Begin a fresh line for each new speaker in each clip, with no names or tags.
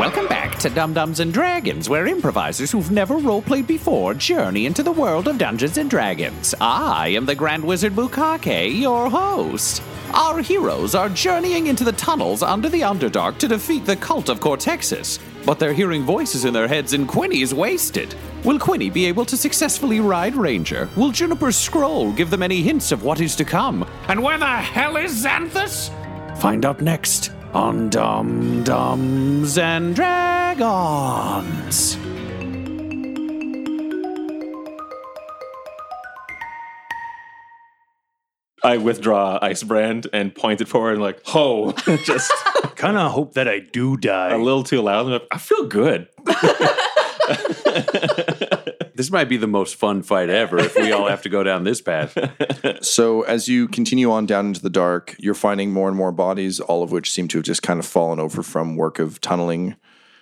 Welcome back to Dum Dums and Dragons, where improvisers who've never roleplayed before journey into the world of Dungeons and Dragons. I am the Grand Wizard Bukake, your host. Our heroes are journeying into the tunnels under the Underdark to defeat the cult of Cortexis, but they're hearing voices in their heads and Quinny is wasted. Will Quinny be able to successfully ride Ranger? Will Juniper's scroll give them any hints of what is to come? And where the hell is Xanthus? Find out next on Dum Dums and Dragons.
I withdraw Icebrand and point it forward and like, ho, just
Kind of hope that I do die.
a little too loud. I'm like, I feel good.
This might be the most fun fight ever if we all have to go down this path.
So as you continue on down into the dark, you're finding more and more bodies, all of which seem to have just kind of fallen over from work of tunneling.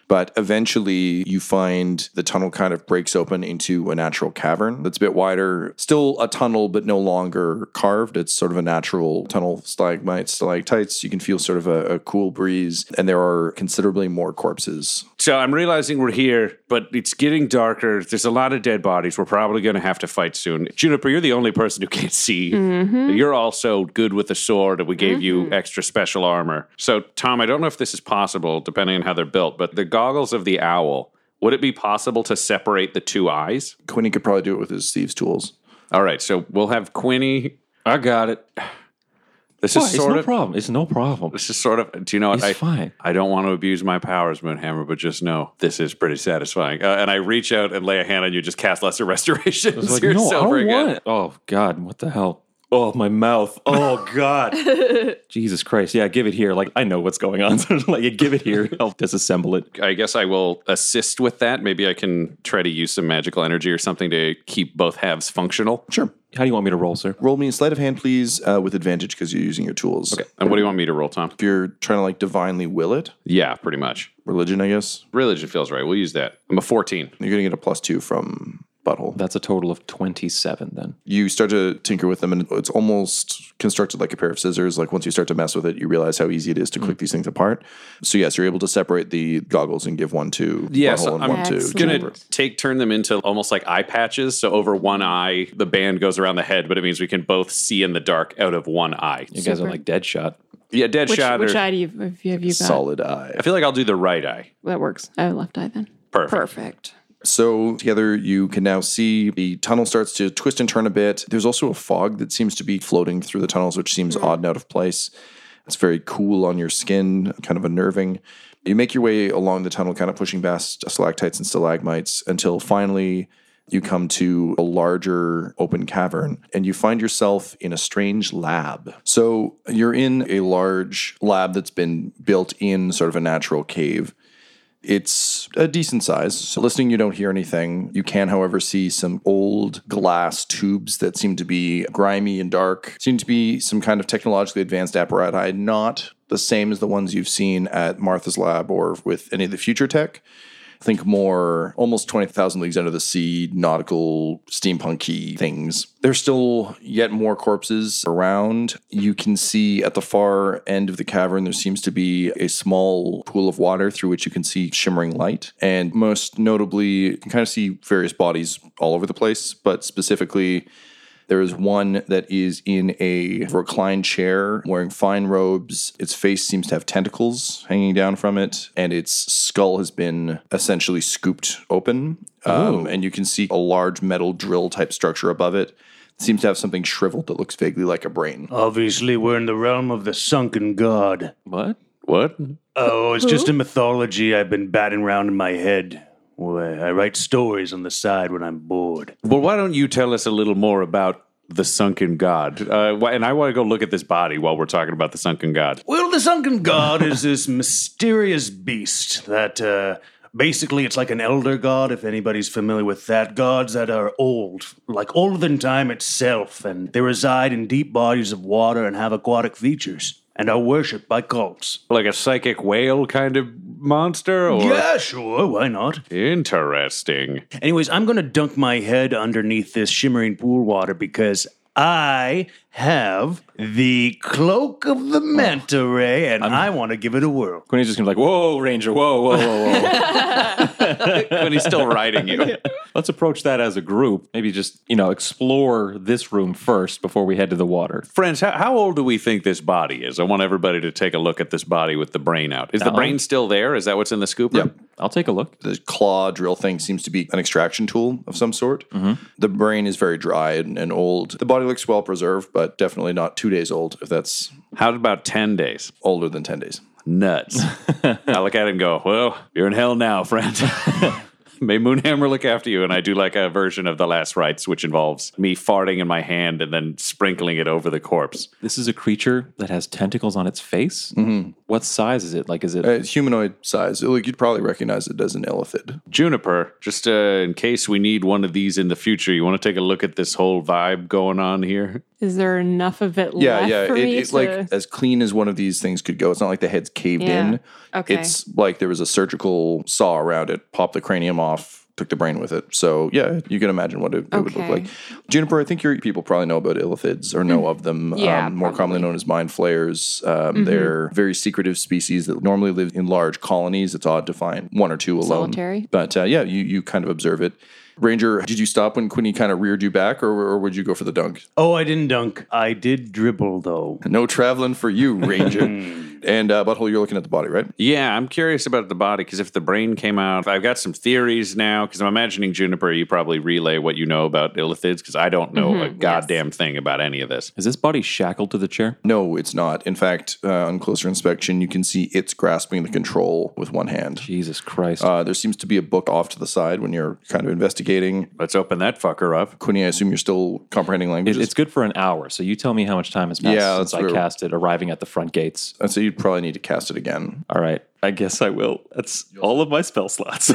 But eventually, you find the tunnel kind of breaks open into a natural cavern that's a bit wider, still a tunnel, but no longer carved. It's sort of a natural tunnel, stalagmites, stalactites. You can feel sort of a, a cool breeze, and there are considerably more corpses.
So I'm realizing we're here, but it's getting darker. There's a lot of dead bodies. We're probably going to have to fight soon. Juniper, you're the only person who can't see. You're also good with the sword, and we gave you extra special armor. So, Tom, I don't know if this is possible, depending on how they're built, but the goggles of the owl, would it be possible to separate the two eyes?
Quinny could probably do it with his thieves' tools.
All right, so we'll have Quinny. I got it. This
Why?
is sort
it's no
of
problem. It's no problem.
This is sort of. Do you know what?
It's
I,
fine.
I don't want to abuse my powers, Moonhammer, but just know this is pretty satisfying. Uh, and I reach out and lay a hand on you. Just cast lesser restoration.
It's like,
You're
no, I
sober
don't
again.
want it. Oh, God, what the hell? Oh, my mouth. Oh, God. Jesus Christ. Yeah, give it here. Like, I know what's going on. So, like, yeah, give it here. I'll disassemble it.
I guess I will assist with that. Maybe I can try to use some magical energy or something to keep both halves functional.
Sure.
How do you want me to roll, sir?
Roll me a sleight of hand, please, uh, with advantage because you're using your tools. Okay.
And what do you want me to roll, Tom?
If you're trying to like divinely will it,
Yeah, pretty much.
religion, I guess.
Religion feels right. We'll use that. I'm a 14.
You're going to get a plus two from Butthole.
That's a total of 27 then.
You start to tinker with them, and it's almost constructed like a pair of scissors. Like once you start to mess with it, you realize how easy it is to click these things apart. So yes, you're able to separate the goggles and give one to
Yeah, so
Butthole and
I'm
one to
gonna
Excellent.
Juniper.
take turn them into almost like eye patches. So over one eye, the band goes around the head, but it means we can both see in the dark out of one eye.
You guys are like dead shot.
Yeah, dead
Which,
shot.
which
or,
eye do you have you, have you got?
Solid eye.
I feel like I'll do the right eye.
That works. I have left eye then.
Perfect.
Perfect.
So together you can now see the tunnel starts to twist and turn a bit. There's also a fog that seems to be floating through the tunnels, which seems odd and out of place. It's very cool on your skin, kind of unnerving. You make your way along the tunnel, kind of pushing past stalactites and stalagmites until finally you come to a larger open cavern and you find yourself in a strange lab. So you're in a large lab that's been built in sort of a natural cave. It's a decent size. So listening, you don't hear anything. You can, however, see some old glass tubes that seem to be grimy and dark, seem to be some kind of technologically advanced apparatus, not the same as the ones you've seen at Martha's lab or with any of the future tech. Think more almost 20,000 leagues under the sea, nautical, steampunky things. There's still yet more corpses around. You can see at the far end of the cavern, there seems to be a small pool of water through which you can see shimmering light. And most notably, you can kind of see various bodies all over the place, but specifically, there is one that is in a reclined chair wearing fine robes. Its face seems to have tentacles hanging down from it, and its skull has been essentially scooped open. Um, and you can see a large metal drill type structure above it. It seems to have something shriveled that looks vaguely like a brain.
Oh. Obviously, we're in the realm of the sunken god.
What?
What?
Oh, it's just a mythology I've been batting around in my head. Where I write stories on the side when I'm bored.
Well, why don't you tell us a little more about the sunken god? Uh, wh- and I want to go look at this body while we're talking about the sunken god.
Well, the sunken god is this mysterious beast that uh, Basically, it's like an elder god, if anybody's familiar with that. Gods that are old, like older than time itself, and they reside in deep bodies of water and have aquatic features, and are worshipped by cults.
Like a psychic whale kind of monster? Or?
Yeah, sure, why not?
Interesting.
Anyways, I'm going to dunk my head underneath this shimmering pool water because I have the cloak of the manta ray and i want to give it a whirl.
Quinny's just gonna be like, whoa, Ranger, whoa, whoa, whoa, whoa.
When he's still riding you.
Let's approach that as a group. Maybe just, you know, explore this room first before we head to the water.
Friends, how, how old do we think this body is? I want everybody to take a look at this body with the brain out. Is the brain still there? Is that what's in the scooper?
Yep.
I'll take a look.
The claw drill thing seems to be an extraction tool of some sort. The brain is very dry and, and old. The body looks well preserved, but definitely not two days old if that's
How about 10 days?
older than 10 days.
Nuts. I look at it and go, well, you're in hell now, friend. May Moonhammer look after you. And I do like a version of the last rites, which involves me farting in my hand and then sprinkling it over the corpse.
This is a creature that has tentacles on its face. What size is it? Like, is it?
Uh, It's humanoid size. Like you'd probably recognize it as an elithid.
Juniper, just uh, in case we need one of these in the future, you want to take a look at this whole vibe going on here?
Is there enough of it
Yeah,
left
yeah.
for
It,
me
it's
to...
like uh, as clean as one of these things could go. It's not like the head's caved
Yeah.
in.
Okay.
It's like there was a surgical saw around it, popped the cranium off, took the brain with it. So yeah, you can imagine what it, it would look
Okay. Mm,
like. Juniper, I think your people probably know about illithids or know of them.
Yeah, Mm-hmm.
um, more commonly known as mind flayers. Um, They're very secretive species that normally live in large colonies. It's odd to find one or two alone.
Solitary.
But uh, yeah, you you kind of observe it. Ranger, did you stop when Quinny kind of reared you back, or, or would you go for the dunk?
Oh, I didn't dunk. I did dribble, though.
No traveling for you, Ranger. and uh, butthole, you're looking at the body, right?
Yeah, I'm curious about the body because if the brain came out, I've got some theories now because I'm imagining Juniper, you probably relay what you know about illithids because I don't know
Mm-hmm,
a goddamn thing about any of this.
Is this body shackled to the chair?
No, it's not. In fact, uh, on closer inspection, you can see it's grasping the control with one hand.
Jesus Christ.
Uh, there seems to be a book off to the side when you're kind of investigating.
Let's open that fucker up.
Quinny, I assume you're still comprehending
It-
languages.
it's good for an hour. So you tell me how much time has passed
Yeah,
since I
that's true.
cast it, arriving at the front gates.
I'd say you'd probably need to cast it again.
All right. I guess I will. That's all of my spell slots.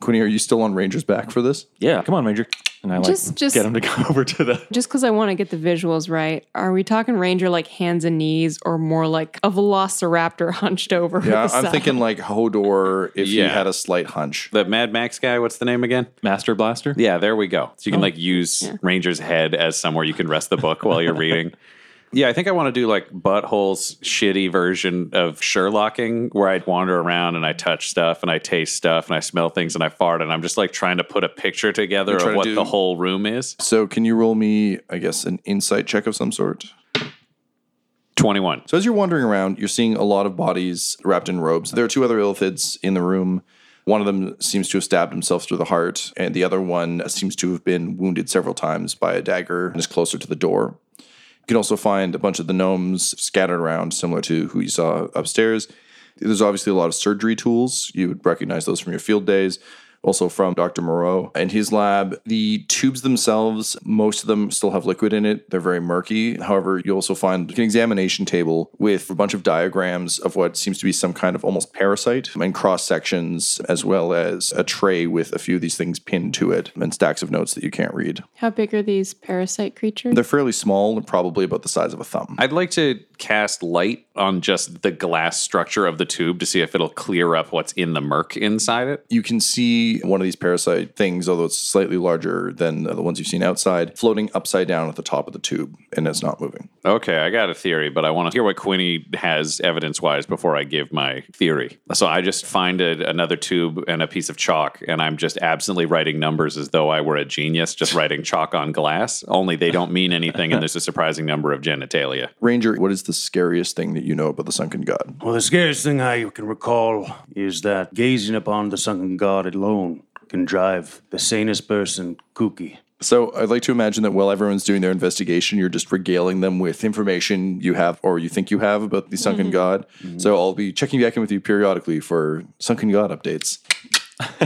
Quinny, are you still on Ranger's back for this?
yeah. Come on, Ranger. And I like
Just- just-
get him to go over to the.
Just because I want to get the visuals right, are we talking ranger like hands and knees or more like a velociraptor hunched over? at
Yeah,
the
I'm
side?
thinking like Hodor if you
Yeah.
had a slight hunch.
The Mad Max guy, what's the name again?
Master Blaster?
Yeah, there we go. So you can
Oh,
like use Ranger's head as somewhere you can rest the book while you're reading. Yeah, I think I want to do like Butthole's shitty version of Sherlocking, where I'd wander around and I touch stuff and I taste stuff and I smell things and I fart and I'm just like trying to put a picture together
trying
of
to
what
do-
the whole room is.
So, can you roll me, I guess, an insight check of some sort?
21.
So as you're wandering around, you're seeing a lot of bodies wrapped in robes. There are two other illithids in the room. One of them seems to have stabbed himself through the heart, and the other one seems to have been wounded several times by a dagger and is closer to the door. You can also find a bunch of the gnomes scattered around, similar to who you saw upstairs. There's obviously a lot of surgery tools. You would recognize those from your field days, also from Dr. Moreau and his lab. The tubes themselves, most of them still have liquid in it. They're very murky. However, you also find an examination table with a bunch of diagrams of what seems to be some kind of almost parasite and cross sections, as well as a tray with a few of these things pinned to it and stacks of notes that you can't read.
How big are these parasite creatures?
They're fairly small, probably about the size of a thumb.
I'd like to cast light on just the glass structure of the tube to see if it'll clear up what's in the murk inside it.
you can see one of these parasite things, although it's slightly larger than the ones you've seen outside, floating upside down at the top of the tube, and it's not moving.
Okay, I got a theory, but I want to hear what Quinny has evidence wise before I give my theory. So I just find a, another tube and a piece of chalk, and I'm just absently writing numbers as though I were a genius, just writing chalk on glass, only they don't mean anything, and there's a surprising number of genitalia.
Ranger, what is the scariest thing that you know about the sunken god?
Well, the scariest thing I can recall is that gazing upon the sunken god alone can drive the sanest person kooky.
So I'd like to imagine that while everyone's doing their investigation, you're just regaling them with information you have or you think you have about the sunken god. So I'll be checking back in with you periodically for sunken god updates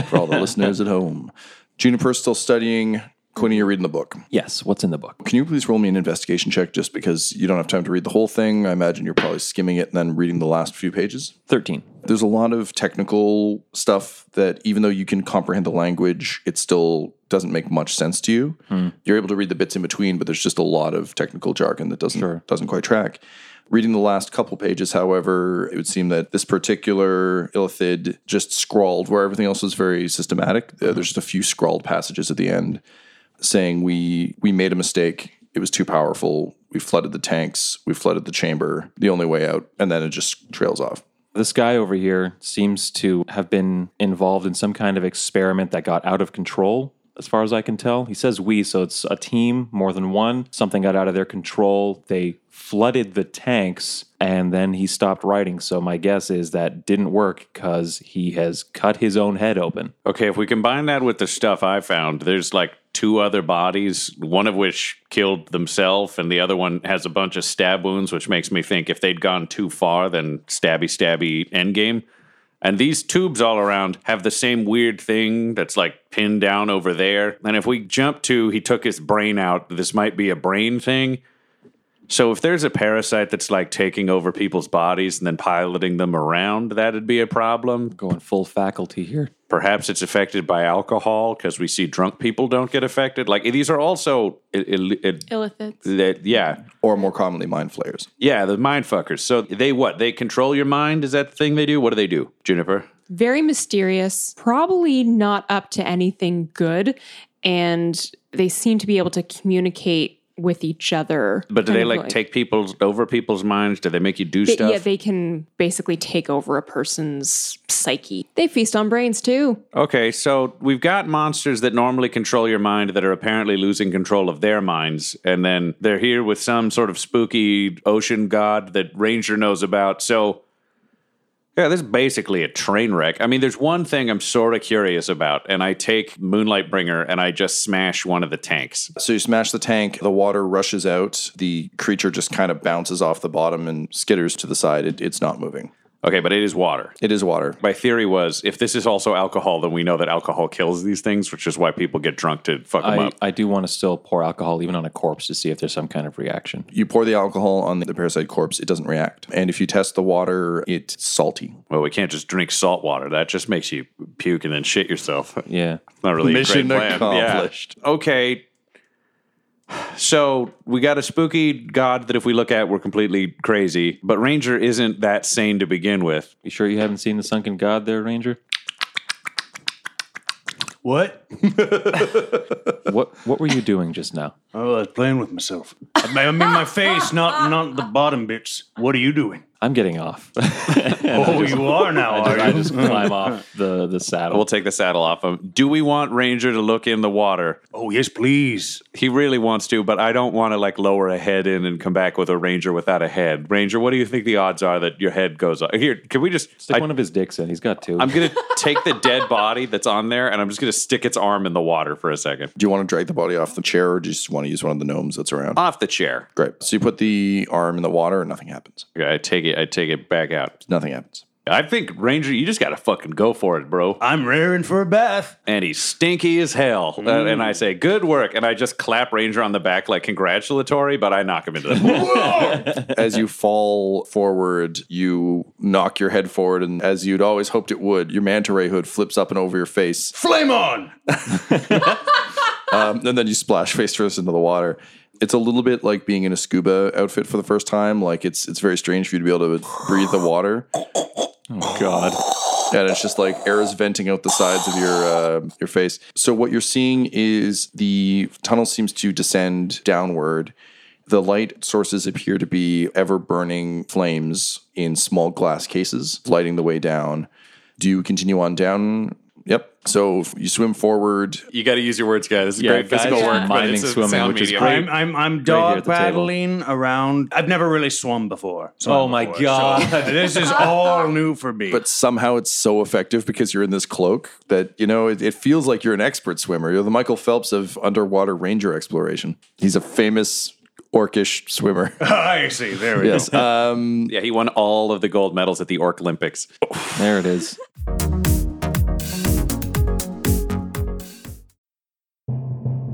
for all the listeners at home. Juniper's still studying. Quinny, you're reading the book.
Yes, what's in the book?
Can you please roll me an investigation check just because you don't have time to read the whole thing? I imagine you're probably skimming it and then reading the last few pages.
13.
There's a lot of technical stuff that, even though you can comprehend the language, it still doesn't make much sense to you. You're able to read the bits in between, but there's just a lot of technical jargon that doesn't doesn't quite track. Reading the last couple pages, however, it would seem that this particular illithid just scrawled where everything else was very systematic. uh, There's just a few scrawled passages at the end saying we we made a mistake. It was too powerful. We flooded the tanks. We flooded the chamber. The only way out, and then it just trails off.
This guy over here seems to have been involved in some kind of experiment that got out of control, as far as I can tell. He says we, so it's a team, more than one. Something got out of their control. They flooded the tanks and then he stopped writing. So my guess is that didn't work because he has cut his own head open.
Okay, if we combine that with the stuff I found, there's like two other bodies, one of which killed themselves, and the other one has a bunch of stab wounds, which makes me think if they'd gone too far, then stabby, stabby endgame. And these tubes all around have the same weird thing that's like pinned down over there. And if we jump to he took his brain out, this might be a brain thing. So if there's a parasite that's like taking over people's bodies and then piloting them around, that'd be a problem.
Going full faculty here.
Perhaps it's affected by alcohol because we see drunk people don't get affected. Like eh, these are also, i- i- i-
Uh,
Illithids.
that- yeah,
or more commonly mind flayers.
yeah, the mind fuckers. So they what? They control your mind. Is that the thing they do? What do they do, Juniper?
Very mysterious, probably not up to anything good. And they seem to be able to communicate with each other.
But do
kind
they
of
like take people's over people's minds? Do they make you do
They-
stuff?
Yeah, they can basically take over a person's psyche. They feast on brains too.
okay, so we've got monsters that normally control your mind that are apparently losing control of their minds, and then they're here with some sort of spooky ocean god that Ranger knows about. So. Yeah, this is basically a train wreck. I mean, there's one thing I'm sort of curious about, and I take Moonlight Bringer and I just smash one of the tanks.
So you smash the tank, the water rushes out, the creature just kind of bounces off the bottom and skitters to the side. It, it's not moving.
Okay, but it is water.
It is water.
My theory was if this is also alcohol, then we know that alcohol kills these things, which is why people get drunk to fuck them
I,
up.
I do want to still pour alcohol even on a corpse to see if there's some kind of reaction.
You pour the alcohol on the parasite corpse, it doesn't react. And if you test the water, it's salty.
Well, we can't just drink salt water. That just makes you puke and then shit yourself.
Yeah.
Not really
Mission
a great plan. Yeah.
accomplished.
Okay. So we got a spooky god that if we look at, we're completely crazy. But Ranger isn't that sane to begin with.
You sure you haven't seen the sunken god there, Ranger?
What?
What what were you doing just now?
Oh, I was playing with myself. I mean, I mean my face, not not the bottom bits. What are you doing?
I'm getting off.
oh, you are now, are
I
you?
just climb off the, the saddle.
We'll take the saddle off him. Do we want Ranger to look in the water?
oh, yes, please.
He really wants to, but I don't want to like lower a head in and come back with a ranger without a head. Ranger, what do you think the odds are that your head goes up? Here, can we just?
Stick
I,
one of his dicks in. He's got two.
I'm gonna take the dead body that's on there, and I'm just gonna stick its arm in the water for a second,
Do you want to drag the body off the chair or do you just want to use one of the gnomes that's around?
off the chair.
Great. So you put the arm in the water and nothing happens.
Okay, I take it. I take it back out.
Nothing happens.
I think Ranger, you just gotta fucking go for it, bro.
I'm raring for a bath.
And he's stinky as hell. Uh, and I say, "Good work," and I just clap Ranger on the back like congratulatory, but I knock him into the pool.
as you fall forward, you knock your head forward, and as you'd always hoped it would, your manta ray hood flips up and over your face.
Flame on!
Um, and then you splash face first into the water. It's a little bit like being in a scuba outfit for the first time. Like it's it's very strange for you to be able to breathe the water,
God.
and it's just like air is venting out the sides of your uh, your face. So what you're seeing is the tunnel seems to descend downward. The light sources appear to be ever burning flames in small glass cases, lighting the way down. Do you continue on down? Yep. So you swim forward
you got to use your words, guys. This is
Yeah,
great physical
guys,
work, but
miming
it's a
swimming,
sound
which is
medium.
great.
I'm I'm I'm dog
at the table.
paddling around. I've never really swum before. swam
Oh my
before, so this is all new for me.
but somehow it's so effective because you're in this cloak that you know it, it feels like you're an expert swimmer. You're the Michael Phelps of underwater ranger exploration. He's a famous orcish swimmer.
I see. There we go.
yes. Uh,
Yeah, he won all of the gold medals at the Orc Olympics.
There it is.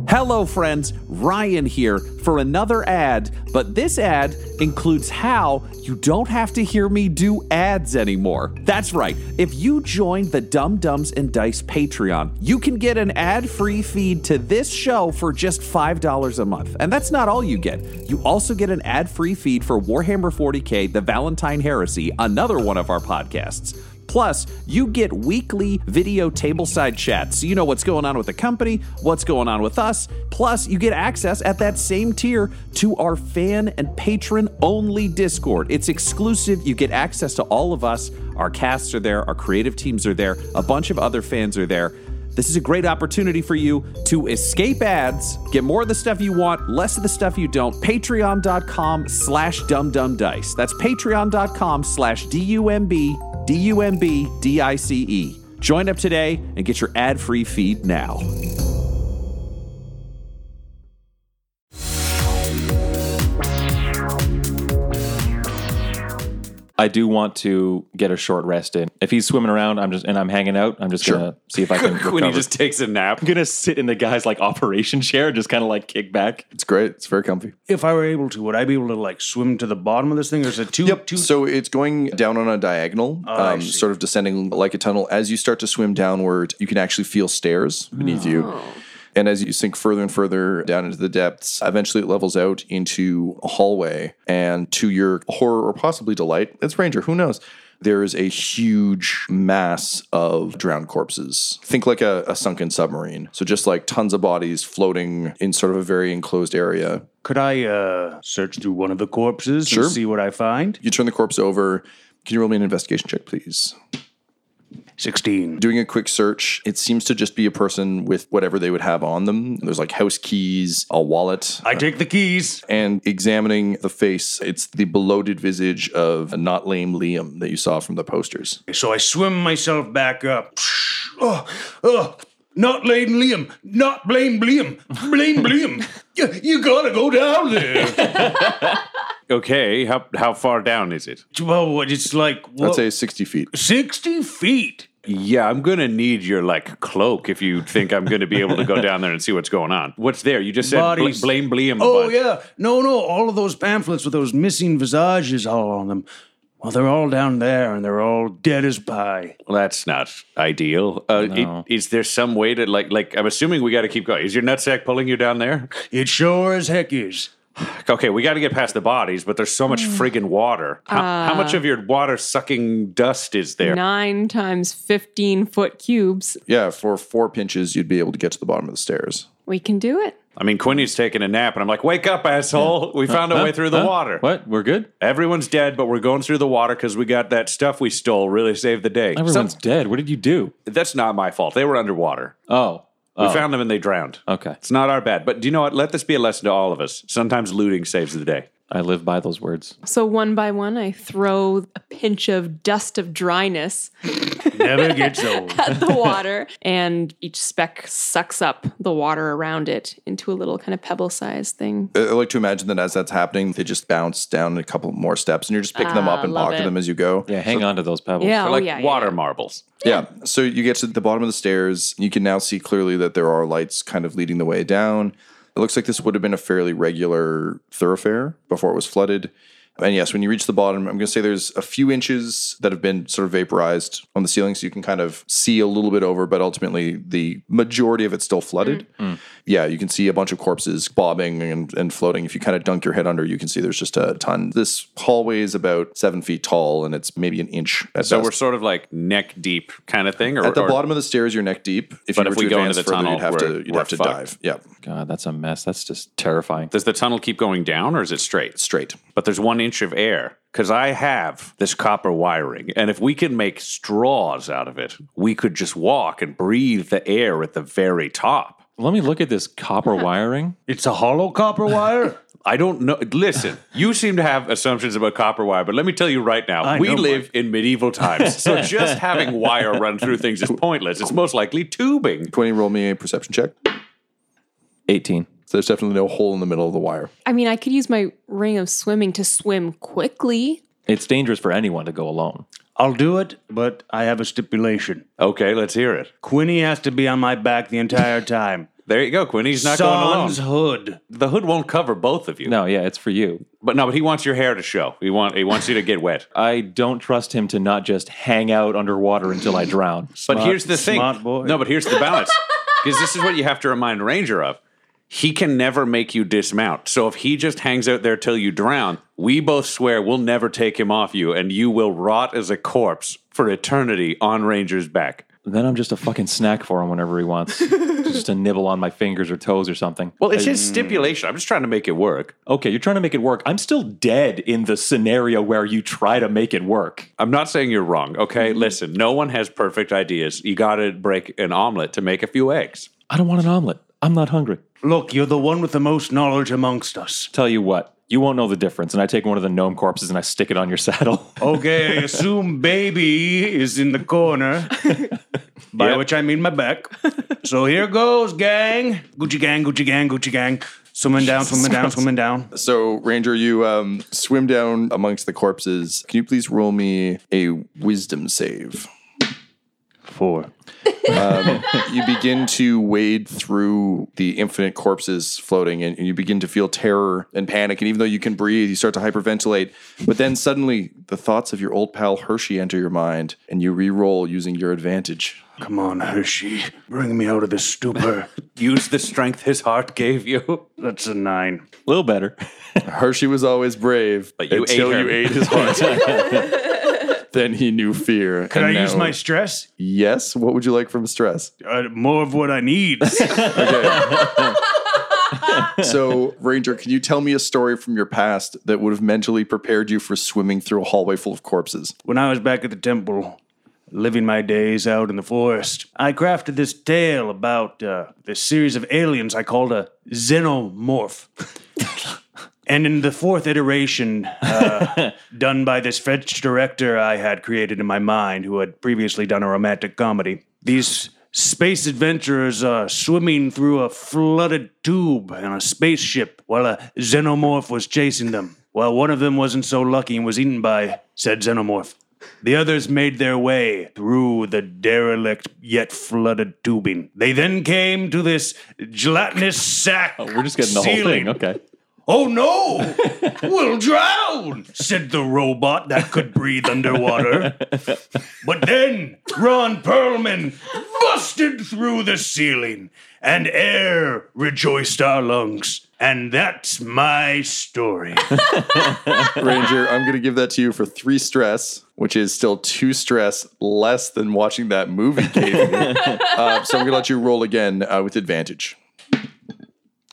Hello, friends. Ryan here for another ad, but this ad includes how you don't have to hear me do ads anymore. That's right. If you join the Dum Dums and Dice Patreon, you can get an ad free feed to this show for just $5 a month. And that's not all you get. You also get an ad free feed for Warhammer 40K, The Valentine Heresy, another one of our podcasts. Plus, you get weekly video tableside chats so you know what's going on with the company, what's going on with us. Plus, you get access at that same tier to our fan and patron only Discord. It's exclusive. You get access to all of us. Our casts are there, our creative teams are there, a bunch of other fans are there. This is a great opportunity for you to escape ads, get more of the stuff you want, less of the stuff you don't. Patreon.com slash dumdumdice. That's patreon.com slash D-U-M-B, D-U-M-B, D-I-C-E. E. Join up today and get your ad-free feed now.
I do want to get a short rest in. If he's swimming around, I'm just and I'm hanging out. I'm just gonna see if I can recover.
when he just takes a nap.
I'm gonna sit in the guy's like operation chair and just kind of like kick back.
It's great. It's very comfy.
If I were able to, would I be able to like swim to the bottom of this thing? Or is it too? Too
So it's going down on a diagonal,
Oh, I
um,
see.
sort of descending like a tunnel. As you start to swim downward, you can actually feel stairs beneath you. And as you sink further and further down into the depths, eventually it levels out into a hallway. And to your horror or possibly delight, it's Ranger, who knows? There is a huge mass of drowned corpses. Think like a, a sunken submarine. So just like tons of bodies floating in sort of a very enclosed area.
Could I uh, search through one of the corpses
Sure.
and see what I find?
You turn the corpse over. Can you roll me an investigation check, please?
Sixteen.
doing a quick search, it seems to just be a person with whatever they would have on them. There's like house keys, a wallet.
I take the keys.
and examining the face, it's the bloated visage of a not lame Liam that you saw from the posters.
So I swim myself back up. Oh, oh. Not blame Liam. Not blame Liam. Blame Liam. You, you gotta go down there.
Okay, how how far down is it?
well, what it's like what,
I'd say 60 feet.
60 feet.
Yeah, I'm gonna need your like cloak if you think I'm gonna be able to go down there and see what's going on. What's there? You just said bl-
Bodies.
blame Bleam.
Oh, yeah. No, no. All of those pamphlets with those missing visages all on them. Well, they're all down there and they're all dead as pie.
Well, that's not ideal. Uh, it- is there some way to like like? I'm assuming we got to keep going. Is your nutsack pulling you down there?
It sure as heck is.
Okay, we got to get past the bodies, but there's so much friggin' water. How, how much of your water sucking dust is there?
Nine times 15 foot cubes.
Yeah, for four pinches, you'd be able to get to the bottom of the stairs.
We can do it.
I mean, Quinny's taking a nap, and I'm like, "Wake up, asshole! We found a
Huh?
way through the
Huh?
water.
What? We're good.
Everyone's dead, but we're going through the water because we got that stuff we stole. Really saved the day.
Everyone's
Some-
dead. What did you do?
that's not my fault. They were underwater.
Oh,
We
Oh.
found them and they drowned.
okay.
It's not our bad. But do you know what? Let this be a lesson to all of us. Sometimes looting saves the day.
I live by those words.
So one by one, I throw a pinch of dust of dryness
Never gets old.
at the water, and each speck sucks up the water around it into a little kind of pebble sized thing.
I I like to imagine that as that's happening, they just bounce down a couple more steps and you're just picking them up and
Ah, love
pocket
it.
them as you go.
Yeah, hang on to those pebbles.
Yeah,
They're
oh,
like
yeah, yeah,
water
yeah.
marbles.
Yeah. So you get to the bottom of the stairs. You can now see clearly that there are lights kind of leading the way down. It looks like this would have been a fairly regular thoroughfare before it was flooded. And yes, when you reach the bottom, I'm going to say there's a few inches that have been sort of vaporized on the ceiling, so you can kind of see a little bit over, but ultimately the majority of it's still flooded.
Mm.
Yeah, you can see a bunch of corpses bobbing and, and floating. If you kind of dunk your head under, you can see there's just a ton. This hallway is about seven feet tall, and it's maybe an inch at
So
best.
we're sort of like neck deep kind of thing. Or,
At the
or-
bottom of the stairs, you're neck deep. If
But
you were
if we
to
go
advance
into the
further,
tunnel,
you'd have
we're-
to you'd
we're
have to
fucked.
dive. Yeah,
God, that's a mess. That's just terrifying.
does the tunnel keep going down or is it straight?
straight.
But there's one inch of air because I have this copper wiring. And if we can make straws out of it, we could just walk and breathe the air at the very top.
Let me look at this copper wiring.
It's a hollow copper wire.
I don't know. Listen, you seem to have assumptions about copper wire, but let me tell you right now,
I
we
know,
live in medieval times. So just having wire run through things is pointless. It's most likely tubing.
Quinny, roll me a perception check.
18.
So there's definitely no hole in the middle of the wire.
I mean, I could use my ring of swimming to swim quickly.
It's dangerous for anyone to go alone.
I'll do it, but I have a stipulation.
Okay, let's hear it.
Quinny has to be on my back the entire time.
There you go, Quinn. He's not
Sans
going alone.
Hood.
The hood won't cover both of you.
No, yeah, it's for you.
But no, but he wants your hair to show. He want he wants you to get wet.
I don't trust him to not just hang out underwater until I drown.
But here's the thing.
smart boy.
No, but here's the balance. Because this is what you have to remind Ranger of. He can never make you dismount. So if he just hangs out there till you drown, we both swear we'll never take him off you and you will rot as a corpse for eternity on Ranger's back.
then I'm just a fucking snack for him whenever he wants, just to nibble on my fingers or toes or something.
Well, it's
Mm.
his stipulation. I'm just trying to make it work.
Okay, you're trying to make it work. I'm still dead in the scenario where you try to make it work.
I'm not saying you're wrong, okay?
Mm-hmm.
Listen, no one has perfect ideas. You got to break an omelet to make a few eggs.
I don't want an omelet. I'm not hungry.
Look, you're the one with the most knowledge amongst us.
Tell you what, you won't know the difference. And I take one of the gnome corpses and I stick it on your saddle.
Okay, I assume baby is in the corner, by
Yep.
which I mean my back. So here goes, gang. Gucci gang, Gucci gang, Gucci gang. Swimming down, swimming down, swimming down.
So, Ranger, you um, swim down amongst the corpses. Can you please roll me a wisdom save? Um,
Four.
you begin to wade through the infinite corpses floating and you begin to feel terror and panic and even though you can breathe you start to hyperventilate but then suddenly the thoughts of your old pal hershey enter your mind and you re-roll using your advantage
Come on, Hershey. Bring me out of this stupor.
Use the strength his heart gave you.
That's a nine.
a little better.
hershey was always brave
But you
until
ate her.
you ate his heart then he knew fear
Can
And
I use
now-
my stress?
yes what would you like from stress
Uh, more of what I need.
so ranger can you tell me a story from your past that would have mentally prepared you for swimming through a hallway full of corpses
When I was back at the temple, living my days out in the forest, I crafted this tale about uh, this series of aliens I called a xenomorph. and in the fourth iteration, uh, done by this French director I had created in my mind, who had previously done a romantic comedy, these space adventurers are swimming through a flooded tube in a spaceship while a xenomorph was chasing them. Well, one of them wasn't so lucky and was eaten by said xenomorph. The others made their way through the derelict yet flooded tubing. They then came to this gelatinous sack.
Oh, We're just getting the whole
ceiling.
thing. Okay.
Oh no! we'll drown! said the robot that could breathe underwater. but then Ron Perlman busted through the ceiling, and air rejoiced our lungs. And that's my story.
Ranger, I'm going to give that to you for three stress, which is still two stress less than watching that movie. Gave you. uh, so I'm going to let you roll again uh, with advantage.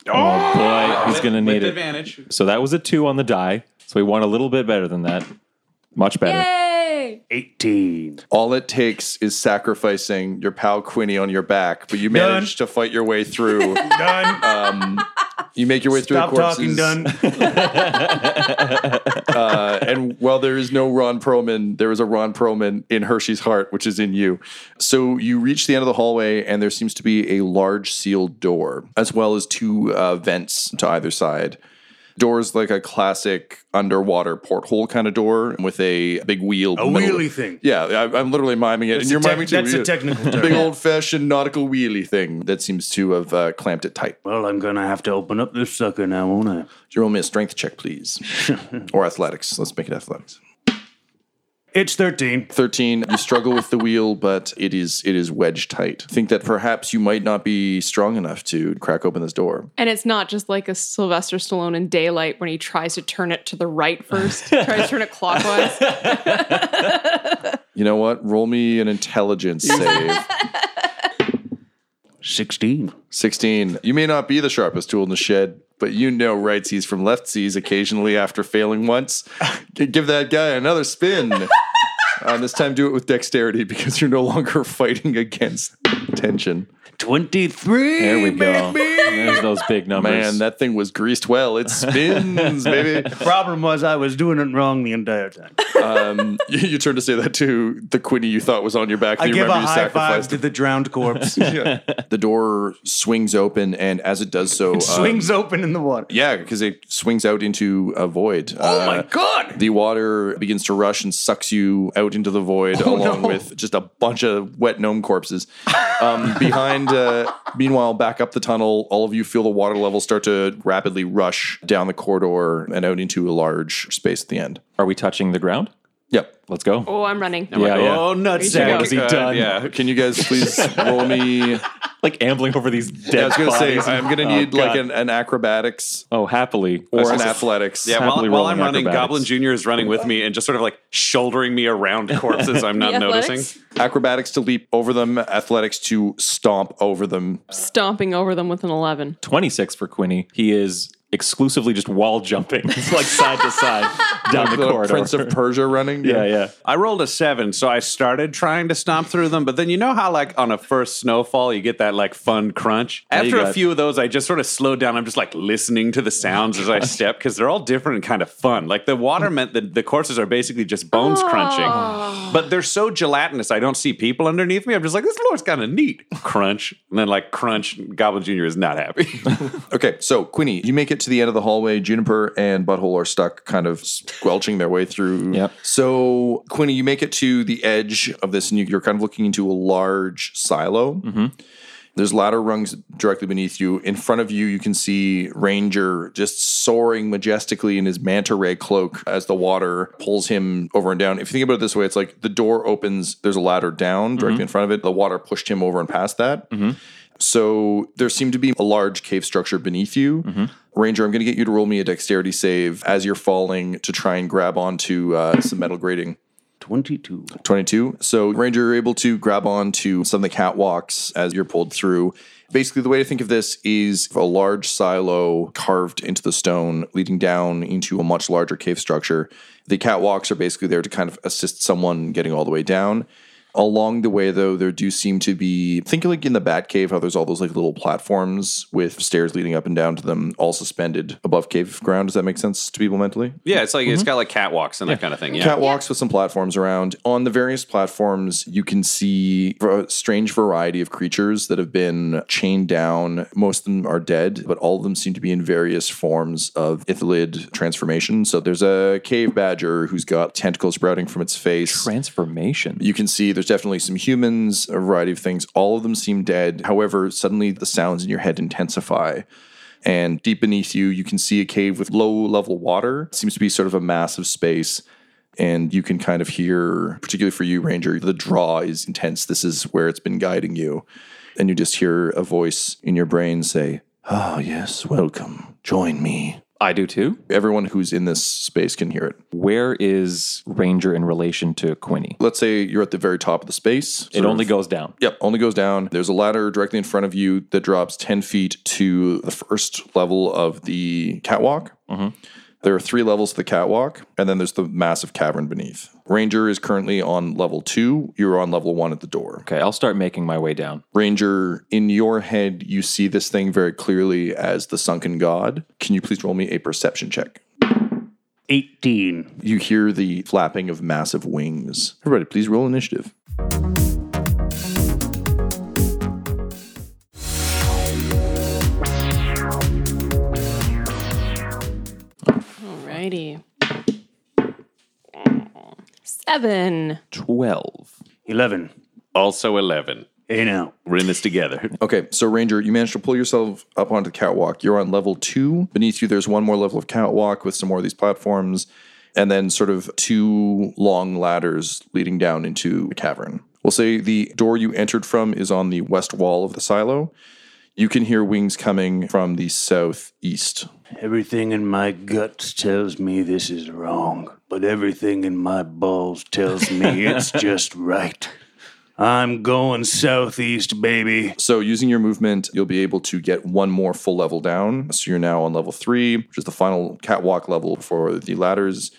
Oh boy, he's gonna need it.
advantage.
So that was a two on the die. So we want a little bit better than that. Much better.
Yay!
18.
All it takes is sacrificing your pal Quinny on your back, but you manage to fight your way through.
Done.
You make your way through
Stop
the corpses.
talking, done.
Uh, and while there is no Ron Perlman, there is a Ron Perlman in Hershey's heart, which is in you. So you reach the end of the hallway, and there seems to be a large sealed door, as well as two uh, vents to either side. Doors like a classic underwater porthole kind of door with a big wheel.
A
middle-
wheelie thing.
Yeah, I, I'm literally miming it, and you're
Te-
miming too.
that's
Yeah.
a technical term.
Big old fashioned nautical wheelie thing that seems to have uh, clamped it tight.
well, I'm gonna have to open up this sucker now, won't I?
You roll me a strength check, please, or athletics. Let's make it athletics.
It's 13.
13 you struggle with the wheel but it is it is wedged tight think that perhaps you might not be strong enough to crack open this door
And it's not just like a Sylvester Stallone in Daylight when he tries to turn it to the right first, tries to turn it clockwise.
you know what roll me an intelligence save
16.
16 you may not be the sharpest tool in the shed but you know rightsies from leftsies occasionally after failing once G- give that guy another spin um, this time do it with dexterity because you're no longer fighting against tension
23.
There we go. There's those big numbers.
man that thing was greased well it spins baby
Problem was, I was doing it wrong the entire time.
you, you turned to say that to the Quinny you thought was on your back.
I
and you
give a
remember you
high five
sacrificed
to the drowned corpse.
it. The door swings open, and as it does so, uh,
Swings open in the water.
yeah, because it swings out into a void. Uh,
Oh my god!
The water begins to rush and sucks
Oh,
you out into the void, along with just a bunch of wet gnome corpses. Um, behind uh, meanwhile, back up the tunnel, all of you feel the water level start to rapidly rush down the corridor and out into a large space at the end.
Are we touching the ground?
Yep.
Let's go.
Oh, I'm running.
yeah, yeah.
Oh, nutsack.
What has he done?
Yeah.
uh, Can you guys please roll me?
Like ambling over these dead
I was going to say,
bodies.
I'm going to
Oh,
need like
God.
an, an acrobatics
Oh, happily.
or an athletics.
Yeah, while,
Happily
while
rolling
I'm running,
acrobatics.
Goblin Jr. is running with me and just sort of like shouldering me around corpses I'm not
The athletics?
noticing.
Acrobatics to leap over them, athletics to stomp over them.
Stomping over them with an 11.
26 for Quinny. He is exclusively just wall jumping. It's like side to side down the,
Little
corridor.
Prince of Persia running.
yeah, yeah.
I rolled a seven, so I started trying to stomp through them, but then you know how, like, on a first snowfall, you get that, like, fun crunch?
you
After a
got-
few of those, I just sort of slowed down. I'm just, like, listening to the sounds as I step because they're all different and kind of fun. Like, the water meant that the courses are basically just bones crunching, but they're so gelatinous, I don't see people underneath me. I'm just like, this floor's kind of neat. Crunch. And then, like, crunch. Goblin Jr. is not happy.
Okay, so Quinny, you make it to the end of the hallway. Juniper and Butthole are stuck, kind of squelching their way through.
Yep.
So Quinny, you make it to the edge of this, and you- you're kind of looking into a large silo. There's ladder rungs directly beneath you. In front of you, you can see Ranger just soaring majestically in his manta ray cloak as the water pulls him over and down. If you think about it this way, it's like the door opens, there's a ladder down directly in front of it. The water pushed him over and past that. So there seemed to be a large cave structure beneath you. Ranger, I'm going to get you to roll me a dexterity save as you're falling to try and grab onto uh, some metal grating.
22.
22. So, Ranger, you're able to grab onto some of the catwalks as you're pulled through. Basically, the way to think of this is a large silo carved into the stone, leading down into a much larger cave structure. The catwalks are basically there to kind of assist someone getting all the way down. Along the way, though, there do seem to be think like in the Bat Cave, how there's all those like little platforms with stairs leading up and down to them, all suspended above cave ground. Does that make sense to people mentally?
yeah, it's like,
Mm-hmm.
it's got, like, catwalks and that kind of thing. Yeah.
catwalks with some platforms around. On the various platforms, you can see a strange variety of creatures that have been chained down. Most of them are dead, but all of them seem to be in various forms of ithalid transformation. So there's a cave badger who's got tentacles sprouting from its face.
Transformation.
You can see there's definitely some humans, a variety of things. All of them seem dead. However, suddenly the sounds in your head intensify. And deep beneath you, you can see a cave with low level water. It seems to be sort of a massive space. And you can kind of hear, particularly for you, Ranger, the draw is intense. This is where it's been guiding you. And you just hear a voice in your brain say, Ah, yes, welcome. Join me.
I do too.
Everyone who's in this space can hear it.
Where is Ranger in relation to Quinny?
Let's say you're at the very top of the space.
It only goes down.
Yep, only goes down. There's a ladder directly in front of you that drops 10 feet to the first level of the catwalk. There are three levels to the catwalk, and then there's the massive cavern beneath. Ranger is currently on level two. You're on level one at the door.
Okay, I'll start making my way down.
Ranger, in your head, you see this thing very clearly as the sunken god. Can you please roll me a perception check?
18.
You hear the flapping of massive wings. Everybody, please roll initiative.
Alrighty. Seven.
12.
11.
Also 11.
Hey now.
We're in this together.
Okay, so Ranger, you managed to pull yourself up onto the catwalk. You're on level two. Beneath you, there's one more level of catwalk with some more of these platforms, and then sort of two long ladders leading down into a cavern. We'll say the door you entered from is on the west wall of the silo. You can hear wings coming from the southeast.
Everything in my guts tells me this is wrong, but everything in my balls tells me it's just right. I'm going southeast, baby.
So, using your movement, you'll be able to get one more full level down. So, you're now on level three, which is the final catwalk level for the ladders.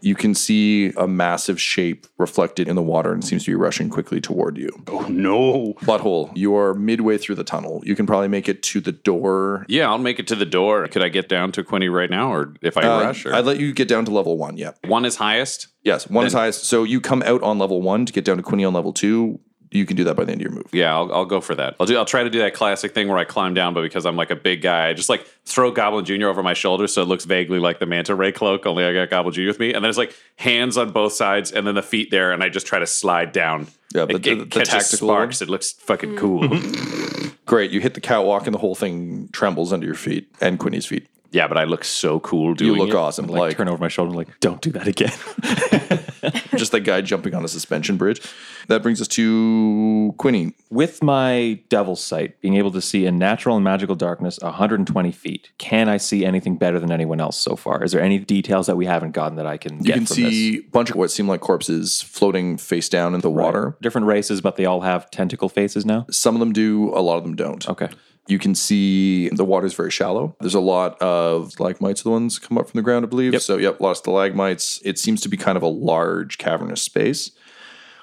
You can see a massive shape reflected in the water and it seems to be rushing quickly toward you.
Oh no.
Butthole, you are midway through the tunnel. You can probably make it to the door.
Yeah, I'll make it to the door. Could I get down to Quinny right now, or if I rush? Or
Uh, I'd let you get down to level one. Yep.
one is highest.
Yes. One is highest. So, you come out on level one to get down to Quinny on level two. You can do that by the end of your move.
Yeah, I'll, I'll go for that. I'll do. I'll try to do that classic thing where I climb down, but because I'm like a big guy, I just like throw Goblin Junior over my shoulder, so it looks vaguely like the manta ray cloak. Only I got Goblin Junior with me, and then it's like hands on both sides, and then the feet there, and I just try to slide down.
Yeah, the-
it,
the-
it
the
catches
tactical
sparks. It looks fucking cool.
Great. You hit the catwalk and the whole thing trembles under your feet and Quinny's feet.
Yeah, but I look so cool
You
doing
look
it.
awesome.
Like,
Like,
turn over my shoulder, and like don't do that again.
just that guy jumping on a suspension bridge. That brings us to Quinny.
With my devil's sight, being able to see in natural and magical darkness 120 feet, can I see anything better than anyone else so far? Is there any details that we haven't gotten that I can
You
get
can
from
see
this?
a bunch of what seem like corpses floating face down in the water.
Different races, but they all have tentacle faces now.
Some of them do, a lot of them don't.
Okay.
You can see the water's very shallow. There's a lot of stalagmites, the ones come up from the ground, I believe. So, yep, a lot of stalagmites. It seems to be kind of a large cavernous space.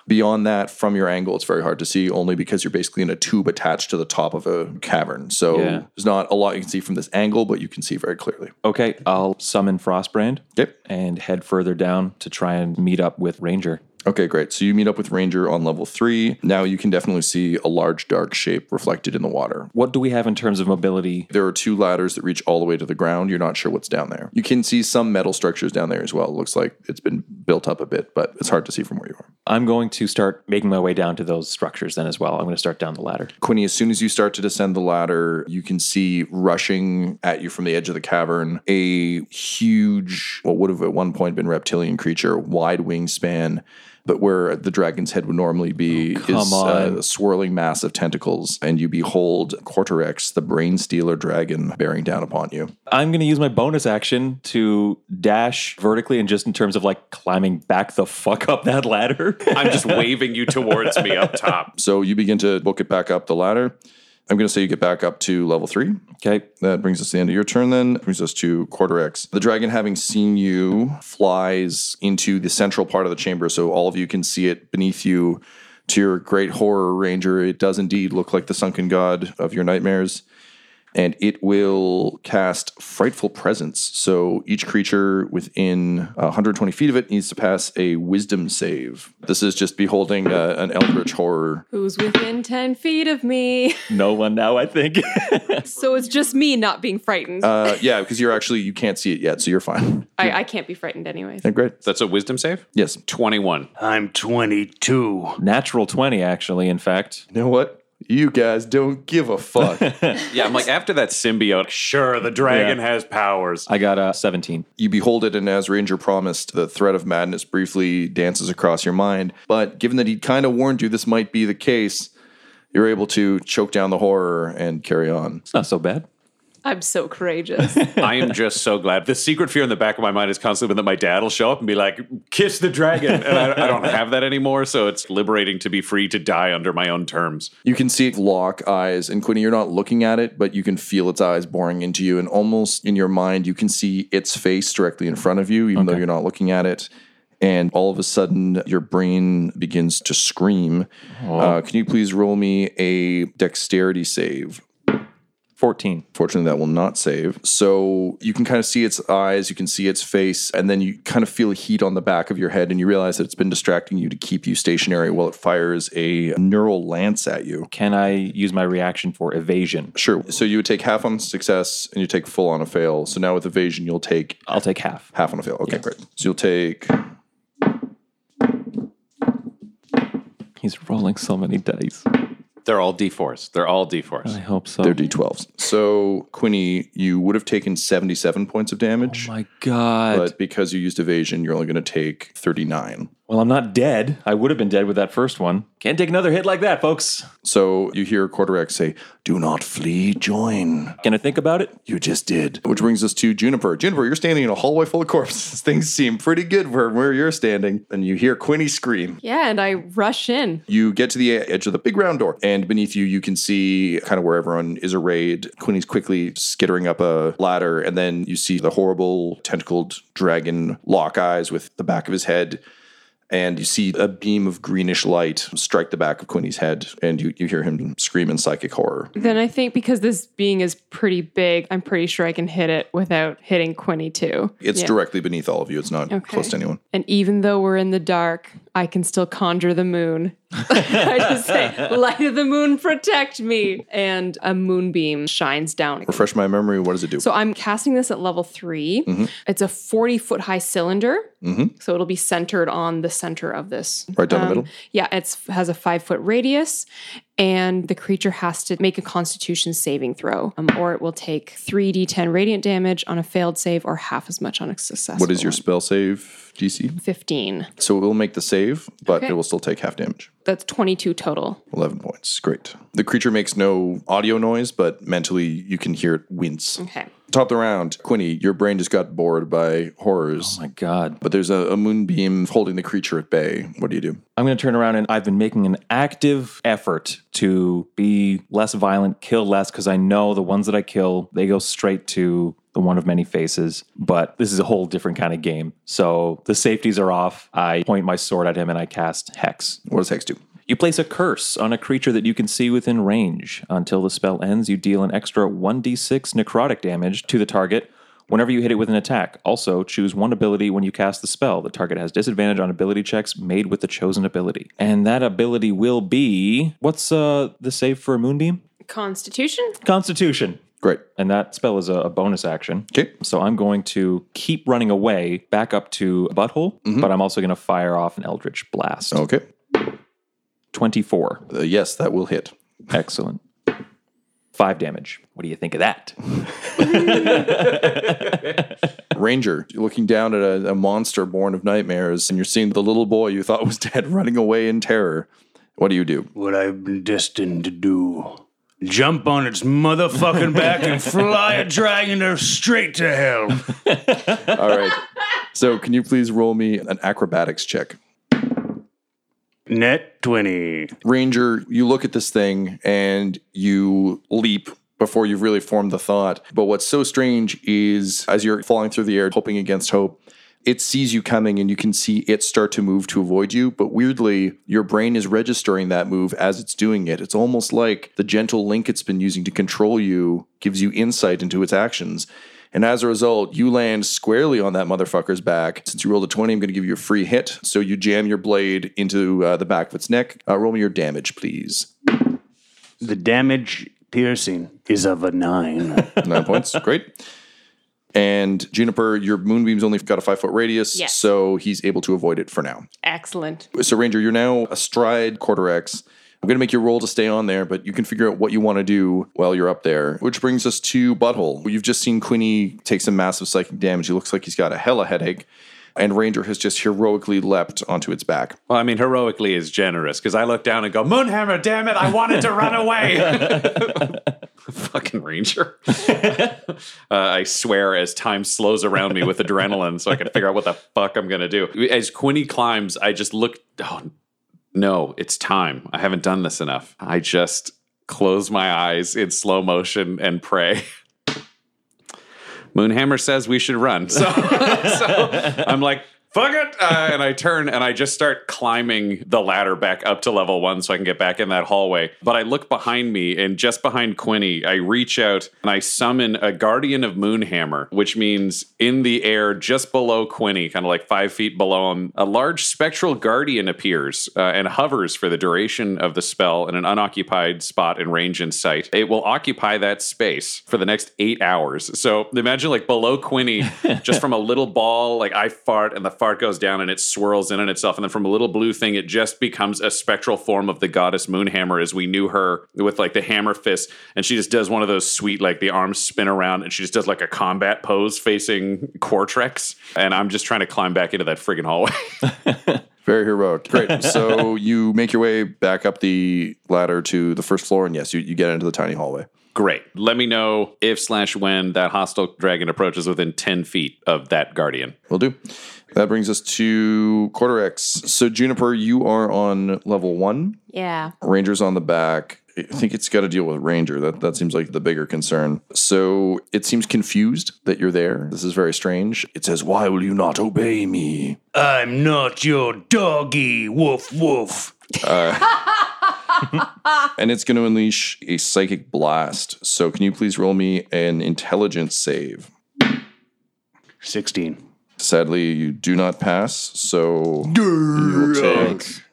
Beyond that, from your angle, it's very hard to see only because you're basically in a tube attached to the top of a cavern. So,
Yeah.
there's not a lot you can see from this angle, but you can see very clearly.
Okay, I'll summon Frostbrand
Yep.
and head further down to try and meet up with Ranger.
Okay, great. So, you meet up with Ranger on level three. Now, you can definitely see a large dark shape reflected in the water.
What do we have in terms of mobility?
There are two ladders that reach all the way to the ground. You're not sure what's down there. You can see some metal structures down there as well. It looks like it's been built up a bit, but it's hard to see from where you are.
I'm going to start making my way down to those structures then as well. I'm going to start down the ladder.
Quinny, as soon as you start to descend the ladder, you can see rushing at you from the edge of the cavern a huge, what would have at one point been reptilian creature, wide wingspan. But where the dragon's head would normally be is
on.
uh, a swirling mass of tentacles, and you behold Corterex, the brain stealer dragon, bearing down upon you.
I'm going to use my bonus action to dash vertically and just in terms of like climbing back the fuck up that ladder.
I'm just waving you towards me up top.
So you begin to book it back up the ladder. I'm going to say you get back up to level three.
okay.
That brings us to the end of your turn, then. Brings us to quarter X. The dragon, having seen you, flies into the central part of the chamber, so all of you can see it beneath you. To your great horror, Ranger, it does indeed look like the sunken god of your nightmares. And it will cast Frightful Presence. So each creature within 120 feet of it needs to pass a wisdom save. This is just beholding uh, an eldritch horror
Who's within 10 feet of me?
No one now, I think.
so it's just me not being frightened.
Uh, yeah, because you're actually you can't see it yet, so you're fine.
I, I can't be frightened anyways.
Yeah, great.
That's a wisdom save?
Yes. You
21.
I'm 22.
Natural 20, actually, in fact.
know what? You guys don't give a fuck.
Yeah, I'm like, after that symbiote, sure, the dragon has powers.
I got a 17.
you behold it, and as Ranger promised, the threat of madness briefly dances across your mind. But given that he kind of warned you this might be the case, you're able to choke down the horror and carry on.
It's not so bad.
I'm so courageous.
I am just so glad. The secret fear in the back of my mind has constantly been that my dad will show up and be like, kiss the dragon. And I, I don't have that anymore. So it's liberating to be free to die under my own terms.
You can see it lock eyes, and Quinny, you're not looking at it, but you can feel its eyes boring into you, and almost in your mind, you can see its face directly in front of you, even though you're not looking at it. And all of a sudden, your brain begins to scream. Uh, can you please roll me a dexterity save?
14.
Fortunately, that will not save. So you can kind of see its eyes, you can see its face, and then you kind of feel heat on the back of your head, and you realize that it's been distracting you to keep you stationary while it fires a neural lance at you.
Can I use my reaction for evasion?
Sure. So you would take half on success and you take full on a fail. So now with evasion, you'll take
I'll take half.
half on a fail. Okay, great. So you'll take
He's rolling so many dice.
They're all D4s. They're all D4s.
I hope so.
their d12s. So Quinny, you would have taken 77 points of damage,
Oh My God.
but because you used evasion, you're only going to take 39.
well, I'm not dead. I would have been dead with that first one. Can't take another hit like that, folks.
So you hear Corterex say, "Do not flee, join."
Can I think about it?
You just did. Which brings us to Juniper. Juniper, you're standing in a hallway full of corpses. Things seem pretty good where where you're standing, and you hear Quinny scream.
yeah, and I rush in.
You get to the edge of the big round door, and beneath you, you can see kind of where everyone is arrayed. Quinny's quickly skittering up a ladder, and then you see the horrible tentacled dragon lock eyes with the back of his head. And you see a beam of greenish light strike the back of Quinny's head, and you, you hear him scream in psychic horror.
Then I think because this being is pretty big, I'm pretty sure I can hit it without hitting 22.
It's
Yeah.
directly beneath all of you, it's not close to anyone.
And even though we're in the dark, I can still conjure the moon. I just say, light of the moon, protect me. And a moonbeam shines down.
Refresh my memory, what does it do?
So I'm casting this at level 3
Mm-hmm.
It's a 40 foot high cylinder. So it'll be centered on the center of this.
right down the middle.
Yeah, it's has a five foot radius. and the creature has to make a constitution saving throw, um, or it will take 3d10 radiant damage on a failed save or half as much on a successful
What is your
one.
spell save, DC?
15.
So it will make the save, but
Okay.
it will still take half damage.
That's 22 total.
11 points. Great. The creature makes no audio noise, but mentally you can hear it wince.
Okay.
Top of the round, Quinny, your brain just got bored by horrors,
My God.
but there's a, a moonbeam holding the creature at bay. What do you do?
I'm going to turn around and I've been making an active effort to be less violent, kill less, because I know the ones that I kill, they go straight to the one of many faces. But this is a whole different kind of game. So the safeties are off. I point my sword at him and I cast Hex.
What does Hex do?
You place a curse on a creature that you can see within range. Until the spell ends, you deal an extra 1d6 necrotic damage to the target whenever you hit it with an attack. Also, choose one ability when you cast the spell. The target has disadvantage on ability checks made with the chosen ability. And that ability will be what's uh the save for a moonbeam?
Constitution?
Constitution.
Great.
And that spell is a, a bonus action.
Okay.
So I'm going to keep running away back up to Butthole, but I'm also going to fire off an Eldritch Blast.
Okay.
24.
Uh, yes, that will hit.
Excellent. Five damage. What do you think of that?
Ranger, you're looking down at a, a monster born of nightmares, and you're seeing the little boy you thought was dead running away in terror. What do you do?
What I've been destined to do. Jump on its motherfucking back and fly a dragoner straight to hell.
All right. So, can you please roll me an acrobatics check?
Net 20.
Ranger, you look at this thing and you leap before you've really formed the thought. But what's so strange is as you're falling through the air, hoping against hope, it sees you coming and you can see it start to move to avoid you. But weirdly, your brain is registering that move as it's doing it. It's almost like the gentle link it's been using to control you gives you insight into its actions. And as a result, you land squarely on that motherfucker's back. Since you rolled a 20, I'm going to give you a free hit. So you jam your blade into uh, the back of its neck. Uh, roll me your damage, please.
The damage piercing is of a nine.
Nine points. Great. And Juniper, your moonbeam's only got a five foot radius,
Yes.
so he's able to avoid it for now.
Excellent.
So, Ranger, you're now astride quarter X. I'm going to make your roll to stay on there, but you can figure out what you want to do while you're up there. Which brings us to Butthole. You've just seen Quinny take some massive psychic damage. He looks like he's got a hella headache. And Ranger has just heroically leapt onto its back.
Well, I mean, heroically is generous because I look down and go, Moonhammer, damn it, I wanted to run away. Fucking ranger. uh, I swear as time slows around me with adrenaline so I can figure out what the fuck I'm going to do. As Quinny climbs, I just look, oh, no, it's time. I haven't done this enough. I just close my eyes in slow motion and pray. Moonhammer says we should run. So, so I'm like, fuck it. Uh, and I turn and I just start climbing the ladder back up to level one so I can get back in that hallway. But I look behind me and just behind Quinny, I reach out and I summon a Guardian of Moonhammer, which means in the air just below Quinny, kind of like five feet below him, a large spectral guardian appears uh, and hovers for the duration of the spell in an unoccupied spot and range in sight. It will occupy that space for the next eight hours. So imagine like below Quinny, just from a little ball, like I fart and the fart goes down and it swirls in on itself. And then from a little blue thing, it just becomes a spectral form of the goddess Moonhammer as we knew her with like the hammer fist. And she just does one of those sweet, like the arms spin around and she just does like a combat pose facing Cortrex. And I'm just trying to climb back into that friggin' hallway.
Very heroic. Great. so you make your way back up the ladder to the first floor, and yes, you, you get into the tiny hallway.
Great. Let me know if slash when that hostile dragon approaches within 10 feet of that guardian.
Will do. That brings us to quarter X. So, Juniper, you are on level one.
Yeah.
Ranger's on the back. I think it's got to deal with Ranger. That that seems like the bigger concern. So it seems confused that you're there. This is very strange. It says, "Why will you not obey me?"
I'm not your doggy, woof woof.
And it's going to unleash a psychic blast. So can you please roll me an intelligence save?
16.
Sadly, you do not pass. So you will take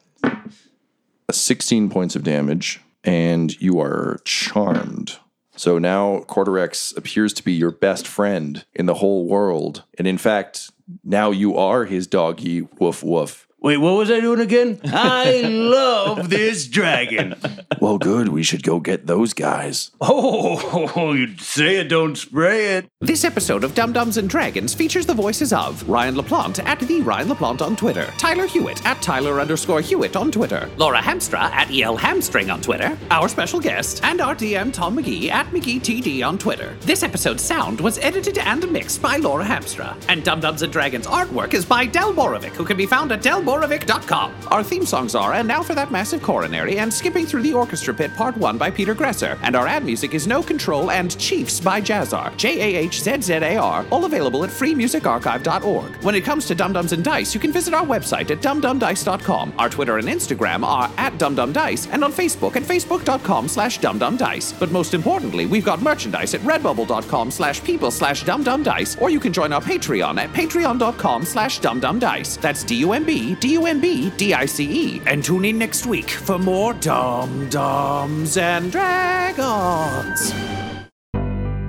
a 16 points of damage, and you are charmed. So now Corterex appears to be your best friend in the whole world. And in fact, now you are his doggy woof woof.
Wait, what was I doing again? I love this dragon.
Well, good. We should go get those guys.
Oh, you say it, don't spray it.
This episode of Dum Dums and Dragons features the voices of Ryan LaPlante at the Ryan LaPlante on Twitter, Tyler Hewitt at Tyler underscore Hewitt on Twitter, Laura Hamstra at EL Hamstring on Twitter, our special guest, and our DM Tom McGee at McGeeTD on Twitter. This episode's sound was edited and mixed by Laura Hamstra, and Dum Dums and Dragons artwork is by Del Borovic, who can be found at delborovic.com. Our theme songs are And Now for That Massive Coronary and Skipping Through the Orchestra Pit Part 1 by Peter Gresser, and our ad music is No Control and Chiefs by Jazzar, J A H Z Z A R, all available at freemusicarchive.org. When it comes to Dum Dums and Dice, you can visit our website at dumdumdice.com. Our Twitter and Instagram are at dumdumdice, and on Facebook at facebook.com slash dumdumdice. But most importantly, we've got merchandise at redbubble.com slash people slash dumdumdice, or you can join our Patreon at patreon.com slash dumdumdice. That's D-U-M-B, D-U-M-B, D-I-C-E. E. And tune in next week for more Dum Dums and Dragons.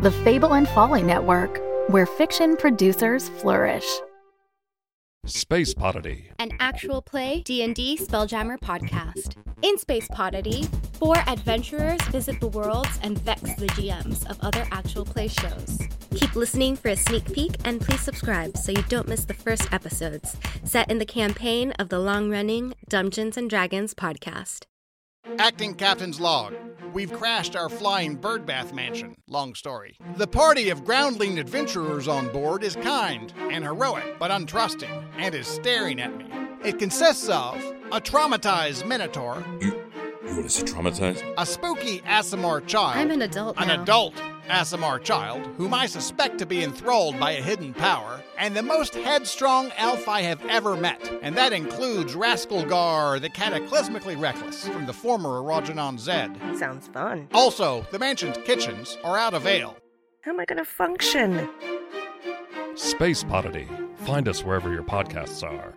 The Fable and Folly Network, where fiction producers flourish.
Space Podity.
an actual play D&D Spelljammer podcast. In Space Podity, four adventurers visit the worlds and vex the GMs of other actual play shows. Keep listening for a sneak peek and please subscribe so you don't miss the first episodes set in the campaign of the long-running Dungeons and Dragons podcast.
Acting Captain's Log. We've crashed our flying birdbath mansion. Long story. The party of groundling adventurers on board is kind and heroic, but untrusting, and is staring at me. It consists of a traumatized minotaur,
You want to see traumatized?
a spooky Asimar child,
I'm an adult
an
now.
adult Asimar child, whom I suspect to be enthralled by a hidden power, and the most headstrong elf I have ever met. And that includes Rascal Gar, the cataclysmically reckless, from the former Arajanon Zed.
Sounds fun.
Also, the mansion's kitchens are out of ale.
How am I going to function?
Space Podity. Find us wherever your podcasts are.